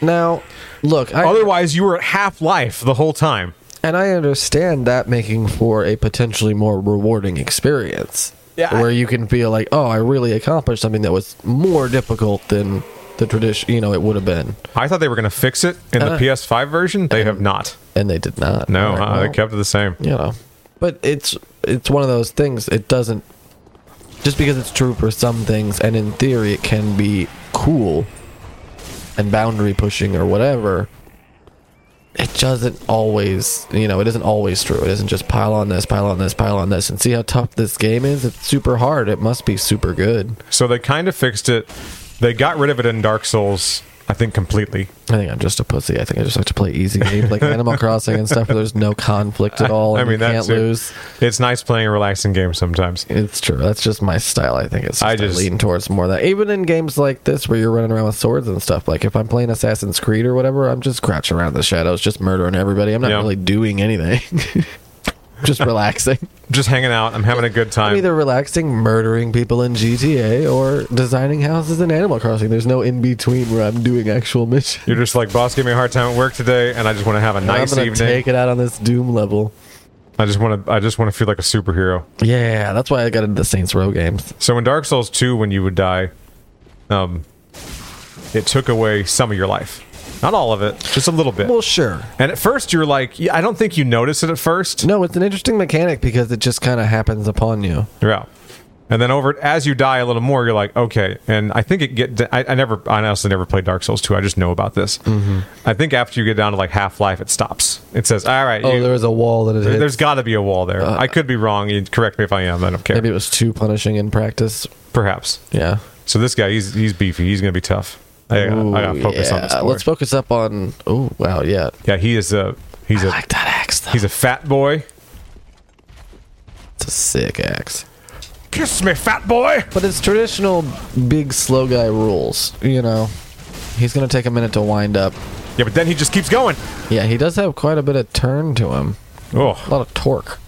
[SPEAKER 2] Now, look, I,
[SPEAKER 3] Otherwise, you were at half life the whole time.
[SPEAKER 2] and I understand that making for a potentially more rewarding experience.
[SPEAKER 3] Yeah, I-
[SPEAKER 2] Where you can feel like, oh, I really accomplished something that was more difficult than the tradition, you know, it would have been.
[SPEAKER 3] I thought they were going to fix it in the
[SPEAKER 2] Uh,
[SPEAKER 3] PS5 version. They have not.
[SPEAKER 2] And they did not.
[SPEAKER 3] No,
[SPEAKER 2] All right,
[SPEAKER 3] uh,
[SPEAKER 2] well,
[SPEAKER 3] they kept it the same.
[SPEAKER 2] You know. But it's it's one of those things it doesn't just because it's true for some things and in theory it can be cool and boundary pushing or whatever it doesn't always you know it isn't always true it isn't just pile on this pile on this pile on this and see how tough this game is it's super hard it must be super good
[SPEAKER 3] So they kind of fixed it. They got rid of it in Dark Souls, I think, completely.
[SPEAKER 2] i think i'm just a pussy i think i just like to play easy
[SPEAKER 3] [LAUGHS]
[SPEAKER 2] games like animal crossing and stuff where there's no conflict at all
[SPEAKER 3] I
[SPEAKER 2] Oh, and
[SPEAKER 3] mean,
[SPEAKER 2] you
[SPEAKER 3] that's
[SPEAKER 2] can't lose
[SPEAKER 3] It's nice playing a relaxing game sometimes.
[SPEAKER 2] It's true. That's just my style. I think it's. Just,
[SPEAKER 3] I
[SPEAKER 2] I
[SPEAKER 3] just-
[SPEAKER 2] lean towards more of that. Even in games like this where you're running around with swords and stuff. Like if I'm playing Assassin's Creed or whatever, I'm just crouching around in the shadows, just murdering everybody. I'm not
[SPEAKER 3] Yeah.
[SPEAKER 2] really doing anything. [LAUGHS]
[SPEAKER 3] [LAUGHS]
[SPEAKER 2] just relaxing.
[SPEAKER 3] Just hanging out. I'm having a good
[SPEAKER 2] I'm
[SPEAKER 3] time.
[SPEAKER 2] either relaxing, murdering people in GTA, or designing houses in Animal Crossing. There's no in between where I'm doing actual missions. [LAUGHS]
[SPEAKER 3] You're just like, boss, gave me a hard time at work today, and I just want to have a nice
[SPEAKER 2] I'm gonna
[SPEAKER 3] evening.
[SPEAKER 2] take it out on this Doom level.
[SPEAKER 3] I just want to. I just want to feel like a superhero.
[SPEAKER 2] Yeah, that's why I got into the Saints Row games.
[SPEAKER 3] So in Dark Souls 2, when you would die, um, it took away some of your life, not all of it, just a little bit.
[SPEAKER 2] Well, sure.
[SPEAKER 3] And at first, you're like, yeah, I don't think you notice it at first.
[SPEAKER 2] No, it's an interesting mechanic because it just kind of happens upon you.
[SPEAKER 3] You're out. And then over as you die a little more, you're like, okay. And I think it get. I, I never. I honestly never played Dark Souls two. I just know about this.
[SPEAKER 2] Mm-hmm.
[SPEAKER 3] I think after you get down to like half life, it stops. It says, all right.
[SPEAKER 2] Oh,
[SPEAKER 3] you,
[SPEAKER 2] there was a wall that it hit.
[SPEAKER 3] there's got to be a wall there. I could be wrong. You correct me if I am. I don't care.
[SPEAKER 2] Maybe it was too punishing in practice.
[SPEAKER 3] Perhaps.
[SPEAKER 2] Yeah.
[SPEAKER 3] So this guy, he's he's beefy. He's gonna be tough. I, gotta- I gotta
[SPEAKER 2] Ooh,
[SPEAKER 3] focus on
[SPEAKER 2] yeah.
[SPEAKER 3] this. Story.
[SPEAKER 2] Let's focus up on. Oh wow, yeah.
[SPEAKER 3] yeah, he is a he's
[SPEAKER 2] I
[SPEAKER 3] a
[SPEAKER 2] like that axe though.
[SPEAKER 3] he's a fat boy.
[SPEAKER 2] it's a sick axe.
[SPEAKER 3] Kiss me, fat boy.
[SPEAKER 2] But it's traditional big slow guy rules. You know, he's gonna take a minute to wind up.
[SPEAKER 3] Yeah, but then he just keeps going.
[SPEAKER 2] Yeah, he does have quite a bit of turn to him. A
[SPEAKER 3] Oh,
[SPEAKER 2] lot of torque.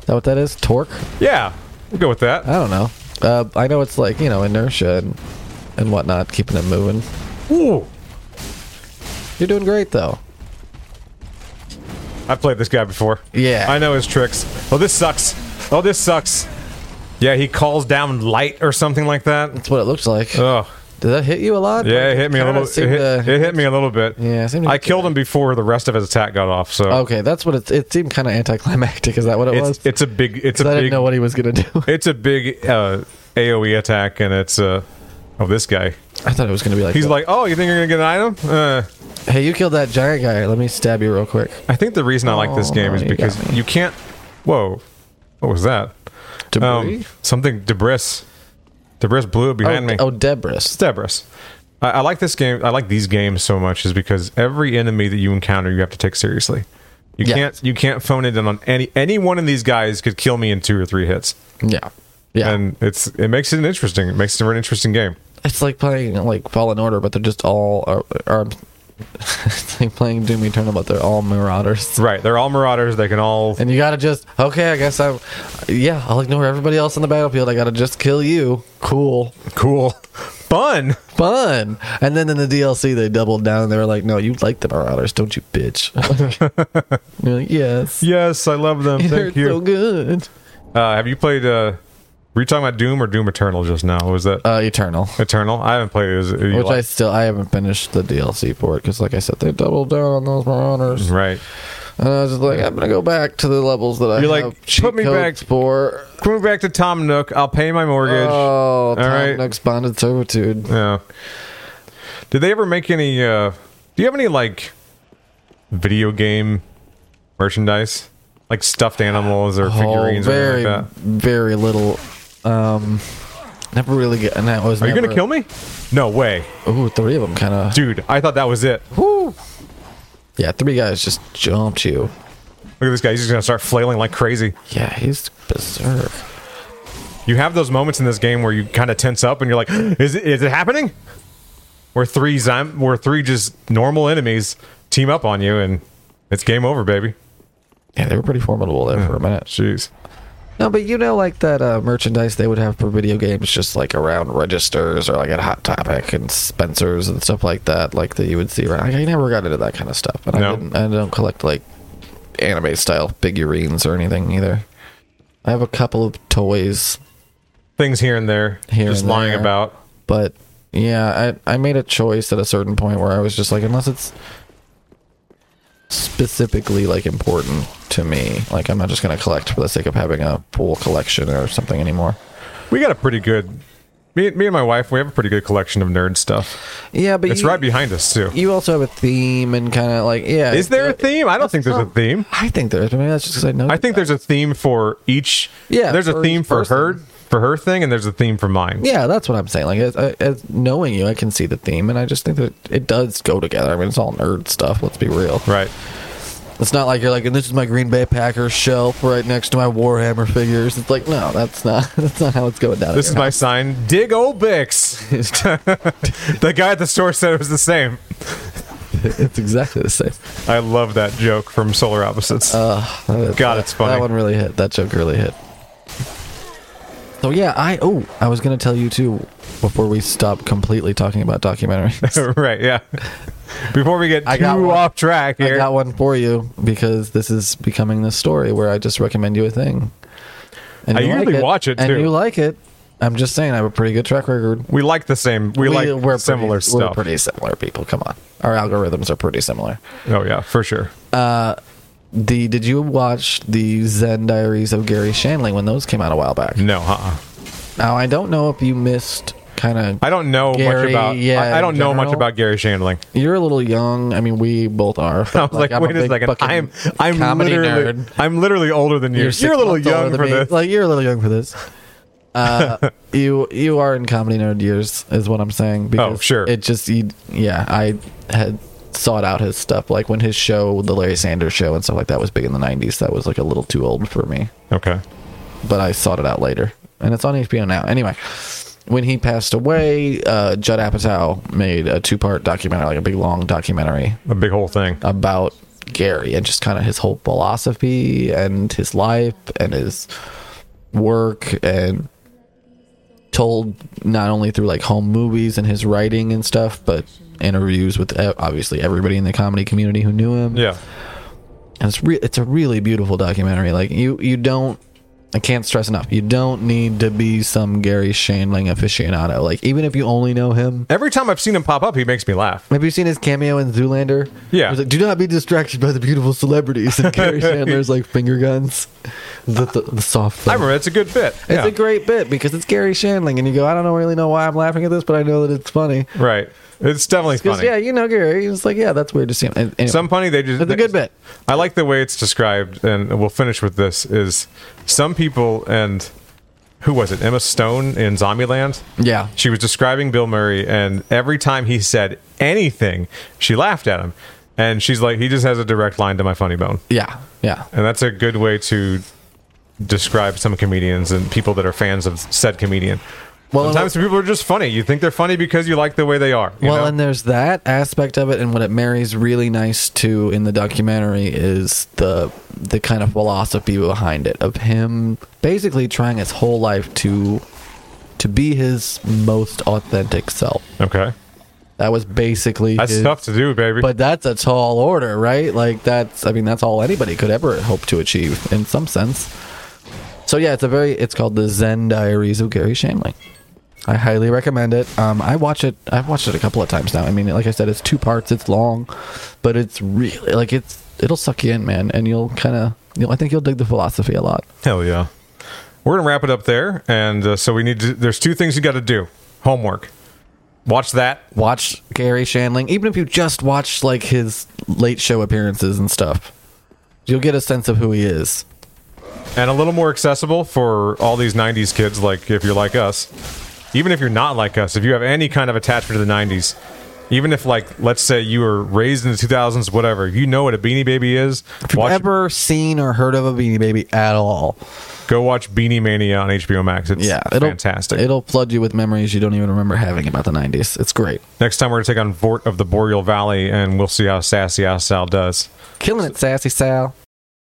[SPEAKER 2] Is that what that is? Torque?
[SPEAKER 3] yeah. We'll go with that.
[SPEAKER 2] I don't know. Uh, I know it's like you know inertia and and whatnot, keeping it moving.
[SPEAKER 3] Ooh.
[SPEAKER 2] You're doing great though.
[SPEAKER 3] I've played this guy before.
[SPEAKER 4] Yeah.
[SPEAKER 3] I know his tricks. Oh, this sucks. Oh, this sucks. Yeah, he calls down light or something like that.
[SPEAKER 4] That's what it looks like.
[SPEAKER 3] Oh,
[SPEAKER 2] Did that hit you a lot?
[SPEAKER 3] yeah, it hit me a
[SPEAKER 2] Kinda
[SPEAKER 3] little. It
[SPEAKER 2] seemed
[SPEAKER 3] hit,
[SPEAKER 2] to-
[SPEAKER 3] it hit me a little bit.
[SPEAKER 2] Yeah, it seemed to
[SPEAKER 3] I
[SPEAKER 2] hit
[SPEAKER 3] killed him before the rest of his attack got off. So
[SPEAKER 2] okay, that's what it. It seemed kind of anticlimactic. Is that what it was?
[SPEAKER 3] it's it's a big it's a
[SPEAKER 2] 'Cause I
[SPEAKER 3] big
[SPEAKER 2] didn't know what he was gonna do. [LAUGHS]
[SPEAKER 3] it's a big uh, AOE attack, and it's uh oh this guy.
[SPEAKER 2] I thought it was gonna be like,
[SPEAKER 3] He's like, oh, you think you're gonna get an item? Uh,
[SPEAKER 2] "Hey, you killed that giant guy. Let me stab you real quick."
[SPEAKER 3] I think the reason I like this
[SPEAKER 2] Oh,
[SPEAKER 3] game is
[SPEAKER 2] you got
[SPEAKER 3] because
[SPEAKER 2] me.
[SPEAKER 3] you can't. Whoa, what was that? Um,
[SPEAKER 2] Debris?
[SPEAKER 3] something debris. Debris blew it behind me.
[SPEAKER 2] oh, oh, Debris.
[SPEAKER 3] It's Debris. I, I like this game. I like these games so much is because every enemy that you encounter, you have to take seriously. You
[SPEAKER 2] Yeah.
[SPEAKER 3] can't you can't phone it in on any any one of these guys could kill me in two or three hits,
[SPEAKER 2] Yeah, yeah.
[SPEAKER 3] and it's it makes it interesting. It makes it an interesting game.
[SPEAKER 2] it's like playing like Fallen Order, but they're just all are. are [LAUGHS] it's like playing Doom Eternal, but they're all marauders.
[SPEAKER 3] Right? They're all marauders. They can all
[SPEAKER 2] And you gotta just okay. I guess I'm. Yeah, I'll ignore everybody else on the battlefield. I gotta just kill you. Cool.
[SPEAKER 3] [LAUGHS] cool, fun.
[SPEAKER 2] fun. And then in the DLC, they doubled down. and They were like, "No, you like the Marauders, don't you,
[SPEAKER 3] [LAUGHS]
[SPEAKER 2] bitch?" You're like, "Yes,
[SPEAKER 3] Yes, I love them.
[SPEAKER 2] [LAUGHS] they're
[SPEAKER 3] Thank you.
[SPEAKER 2] so good."
[SPEAKER 3] Uh, have you played? Uh, were you talking about Doom or Doom Eternal just now? Was that
[SPEAKER 2] Uh, Eternal,
[SPEAKER 3] Eternal? I haven't played it. Is it- you
[SPEAKER 2] which I
[SPEAKER 3] like-
[SPEAKER 2] still I haven't finished the DLC for it because, like I said, they doubled down on those Marauders.
[SPEAKER 3] right.
[SPEAKER 2] And I was just like, "I'm gonna go back to the levels that I
[SPEAKER 3] Mm-hmm. You're like,
[SPEAKER 2] have
[SPEAKER 3] "Put
[SPEAKER 2] cheat
[SPEAKER 3] me
[SPEAKER 2] codes
[SPEAKER 3] back."
[SPEAKER 2] for."
[SPEAKER 3] Coming back to Tom Nook, I'll pay my mortgage.
[SPEAKER 2] Oh, time
[SPEAKER 3] right.
[SPEAKER 2] next bonded servitude.
[SPEAKER 3] Yeah. Did they ever make any? uh Do you have any like video game merchandise, like stuffed animals or
[SPEAKER 2] Oh,
[SPEAKER 3] figurines or
[SPEAKER 2] very,
[SPEAKER 3] anything like that?
[SPEAKER 2] very little. Um, never really get. And that was.
[SPEAKER 3] Are you gonna kill me? No way,
[SPEAKER 2] Ooh, three of them kind of.
[SPEAKER 3] dude! I thought that was it. Look
[SPEAKER 2] Yeah, three guys just jumped you.
[SPEAKER 3] at this guy; he's just gonna start flailing like crazy.
[SPEAKER 2] Yeah, he's berserk.
[SPEAKER 3] You have those moments in this game where you kind of tense up and you're like, [GASPS] "Is it, is it happening?" Where three zom- where three just normal enemies team up on you and it's game over, baby.
[SPEAKER 2] Yeah, they were pretty formidable there for a minute.
[SPEAKER 3] Jeez.
[SPEAKER 2] No, but you know, like that uh, merchandise they would have for video games, just like around registers or like at Hot Topic and Spencers and stuff like that, like that you would see around. Like, I never got into that kind of stuff, and
[SPEAKER 3] No.
[SPEAKER 2] I didn't. I don't collect like anime style figurines or anything either. I have a couple of toys,
[SPEAKER 3] Things here and there,
[SPEAKER 2] Here
[SPEAKER 3] just
[SPEAKER 2] and
[SPEAKER 3] lying
[SPEAKER 2] there.
[SPEAKER 3] about.
[SPEAKER 2] but yeah, I I made a choice at a certain point where I was just like, unless it's specifically like important to me, like I'm not just gonna collect for the sake of having a full collection or something anymore.
[SPEAKER 3] We got a pretty good. Me, me and my wife, we have a pretty good collection of nerd stuff.
[SPEAKER 2] Yeah, but
[SPEAKER 3] It's
[SPEAKER 2] you,
[SPEAKER 3] right behind us too.
[SPEAKER 2] you also have a theme and kind of like yeah.
[SPEAKER 3] Is there a theme? I don't think there's a
[SPEAKER 2] not-
[SPEAKER 3] theme.
[SPEAKER 2] I think there is. I mean, that's just 'cause I know.
[SPEAKER 3] I think there's a theme for each.
[SPEAKER 2] Yeah,
[SPEAKER 3] there's a
[SPEAKER 2] for
[SPEAKER 3] theme
[SPEAKER 2] each
[SPEAKER 3] for her
[SPEAKER 2] person.
[SPEAKER 3] for her thing, and there's a theme for mine.
[SPEAKER 2] yeah, that's what I'm saying. Like as, uh, as knowing you, I can see the theme, and I just think that it does go together. I mean, it's all nerd stuff. Let's be real.
[SPEAKER 3] Right.
[SPEAKER 2] It's not like you're like, and this is my Green Bay Packers shelf right next to my Warhammer figures. It's like, no, that's not [LAUGHS] that's not how it's going down.
[SPEAKER 3] This
[SPEAKER 2] [LAUGHS]
[SPEAKER 3] is my sign. Dig Obix.
[SPEAKER 2] is my.
[SPEAKER 3] The guy at the store said it was the same.
[SPEAKER 2] it's exactly the same.
[SPEAKER 3] I love that joke from Solar Opposites.
[SPEAKER 2] Uh,
[SPEAKER 3] [LAUGHS]
[SPEAKER 2] that-
[SPEAKER 3] God, it's funny.
[SPEAKER 2] That one really hit. That joke really hit. So yeah, I oh, I was gonna tell you too before we stop completely talking about
[SPEAKER 3] [LAUGHS]
[SPEAKER 2] documentaries.
[SPEAKER 3] right, yeah. Before we get
[SPEAKER 2] I
[SPEAKER 3] too
[SPEAKER 2] got one.
[SPEAKER 3] off track [LAUGHS]
[SPEAKER 2] I
[SPEAKER 3] here,
[SPEAKER 2] got one for you because this is becoming the story where I just recommend you a thing. And
[SPEAKER 3] I
[SPEAKER 2] you
[SPEAKER 3] usually watch it,
[SPEAKER 2] and
[SPEAKER 3] too.
[SPEAKER 2] you like it. I'm just saying, I have a pretty good track record.
[SPEAKER 3] we like the same. We, like
[SPEAKER 2] we're
[SPEAKER 3] similar
[SPEAKER 2] pretty, We're
[SPEAKER 3] stuff.
[SPEAKER 2] pretty similar people. Come on, our algorithms are pretty similar.
[SPEAKER 3] oh yeah, for sure.
[SPEAKER 2] The did you watch the Zen Diaries of Gary Shandling when those came out a while back?
[SPEAKER 3] No, uh-uh.
[SPEAKER 2] Now I don't know if you missed kind of.
[SPEAKER 3] I don't know
[SPEAKER 2] Gary,
[SPEAKER 3] much about.
[SPEAKER 2] yeah,
[SPEAKER 3] I, I
[SPEAKER 2] in
[SPEAKER 3] don't know much
[SPEAKER 2] general.
[SPEAKER 3] about Gary Shandling.
[SPEAKER 2] You're a little young. I mean, we both are.
[SPEAKER 3] [LAUGHS] I was like,
[SPEAKER 2] I'm
[SPEAKER 3] wait a,
[SPEAKER 2] big
[SPEAKER 3] second.
[SPEAKER 2] fucking
[SPEAKER 3] I'm I'm
[SPEAKER 2] comedy
[SPEAKER 3] literally
[SPEAKER 2] nerd.
[SPEAKER 3] I'm literally older than you. You're,
[SPEAKER 2] six
[SPEAKER 3] a little
[SPEAKER 2] months older
[SPEAKER 3] young
[SPEAKER 2] than
[SPEAKER 3] for
[SPEAKER 2] me.
[SPEAKER 3] this.
[SPEAKER 2] Like you're a little young for this. [LAUGHS] Uh, you you are in comedy nerd years, is what I'm saying. Because
[SPEAKER 3] sure.
[SPEAKER 2] It just you, yeah. I had sought out his stuff like when his show, the Larry Sanders Show, and stuff like that was big in the '90s. That was like a little too old for me,
[SPEAKER 3] okay.
[SPEAKER 2] but I sought it out later, and it's on HBO now. Anyway. When he passed away, uh, Judd Apatow made a two-part documentary, like a big long documentary
[SPEAKER 3] A big whole thing.
[SPEAKER 2] about Gary and just kind of his whole philosophy and his life and his work and told not only through like home movies and his writing and e, stuff but interviews with eh, obviously everybody in the comedy community who knew him
[SPEAKER 3] Yeah.
[SPEAKER 2] And it's re- it's a really beautiful documentary. Like you you don't I can't stress enough. You don't need to be some Gary Shandling aficionado. Like even if you only know him,
[SPEAKER 3] Every time I've seen him pop up, he makes me laugh.
[SPEAKER 2] have you seen his cameo in Zoolander?
[SPEAKER 3] Yeah.
[SPEAKER 2] It was like, do not be distracted by the beautiful celebrities. And
[SPEAKER 3] [LAUGHS]
[SPEAKER 2] Gary Shandler's like finger guns, the the, the soft.
[SPEAKER 3] I
[SPEAKER 2] thing.
[SPEAKER 3] remember it's a good bit.
[SPEAKER 2] It's
[SPEAKER 3] Yeah.
[SPEAKER 2] a great bit because it's Gary Shandling, and you go, I don't know, really know why I'm laughing at this, but I know that it's funny.
[SPEAKER 3] right. It's definitely
[SPEAKER 2] Because
[SPEAKER 3] funny.
[SPEAKER 2] yeah, you know Gary. It's like, yeah, that's weird to see him. And, anyway,
[SPEAKER 3] Some funny they just
[SPEAKER 2] It's a good bit.
[SPEAKER 3] I like the way it's described, and we'll finish with this. Is some people and who was it? Emma Stone in Zombieland.
[SPEAKER 2] yeah,
[SPEAKER 3] She was describing Bill Murray, and every time he said anything, she laughed at him, and she's like, he just has a direct line to my funny bone,
[SPEAKER 2] yeah, yeah.
[SPEAKER 3] and that's a good way to describe some comedians and people that are fans of said comedian.
[SPEAKER 2] Well, and
[SPEAKER 3] Sometimes people are just funny. You think they're funny because you like the way they are. you
[SPEAKER 2] Well,
[SPEAKER 3] know?
[SPEAKER 2] and there's that aspect of it, and what it marries really nice to in the documentary is the the kind of philosophy behind it of him basically trying his whole life to to be his most authentic self.
[SPEAKER 3] okay,
[SPEAKER 2] That was basically
[SPEAKER 3] that's
[SPEAKER 2] his,
[SPEAKER 3] tough to do, baby.
[SPEAKER 2] but that's a tall order, right? Like that's I mean that's all anybody could ever hope to achieve in some sense. So yeah, it's a very it's called the Zen Diaries of Gary Shanley. I highly recommend it. Um, I watch it. I've watched it a couple of times now. I mean, like I said, it's two parts. It's long, but it's really like it's it'll suck you in, man, and you'll kind of. You know, I think you'll dig the philosophy a lot.
[SPEAKER 3] Hell yeah. We're going to wrap it up there. And uh, so we need to, there's two things you got to do homework. Watch that.
[SPEAKER 2] Watch Gary Shandling, even if you just watch like his late show appearances and stuff. You'll get a sense of who he is.
[SPEAKER 3] And a little more accessible for all these 90s kids, like if you're like us. Even if you're not like us, if you have any kind of attachment to the 90s, even if, like, let's say you were raised in the 2000s, whatever, you know what a Beanie Baby is, watch,
[SPEAKER 2] ever seen or heard of a Beanie Baby at all.
[SPEAKER 3] go watch Beanie Mania on HBO Max. It's
[SPEAKER 2] Yeah,
[SPEAKER 3] fantastic.
[SPEAKER 2] It'll flood you with memories you don't even remember having about the '90s. It's great,
[SPEAKER 3] Next time, we're going to take on Vort of the Boreal Valley, and we'll see how sassy Sal does.
[SPEAKER 2] killing it, sassy Sal.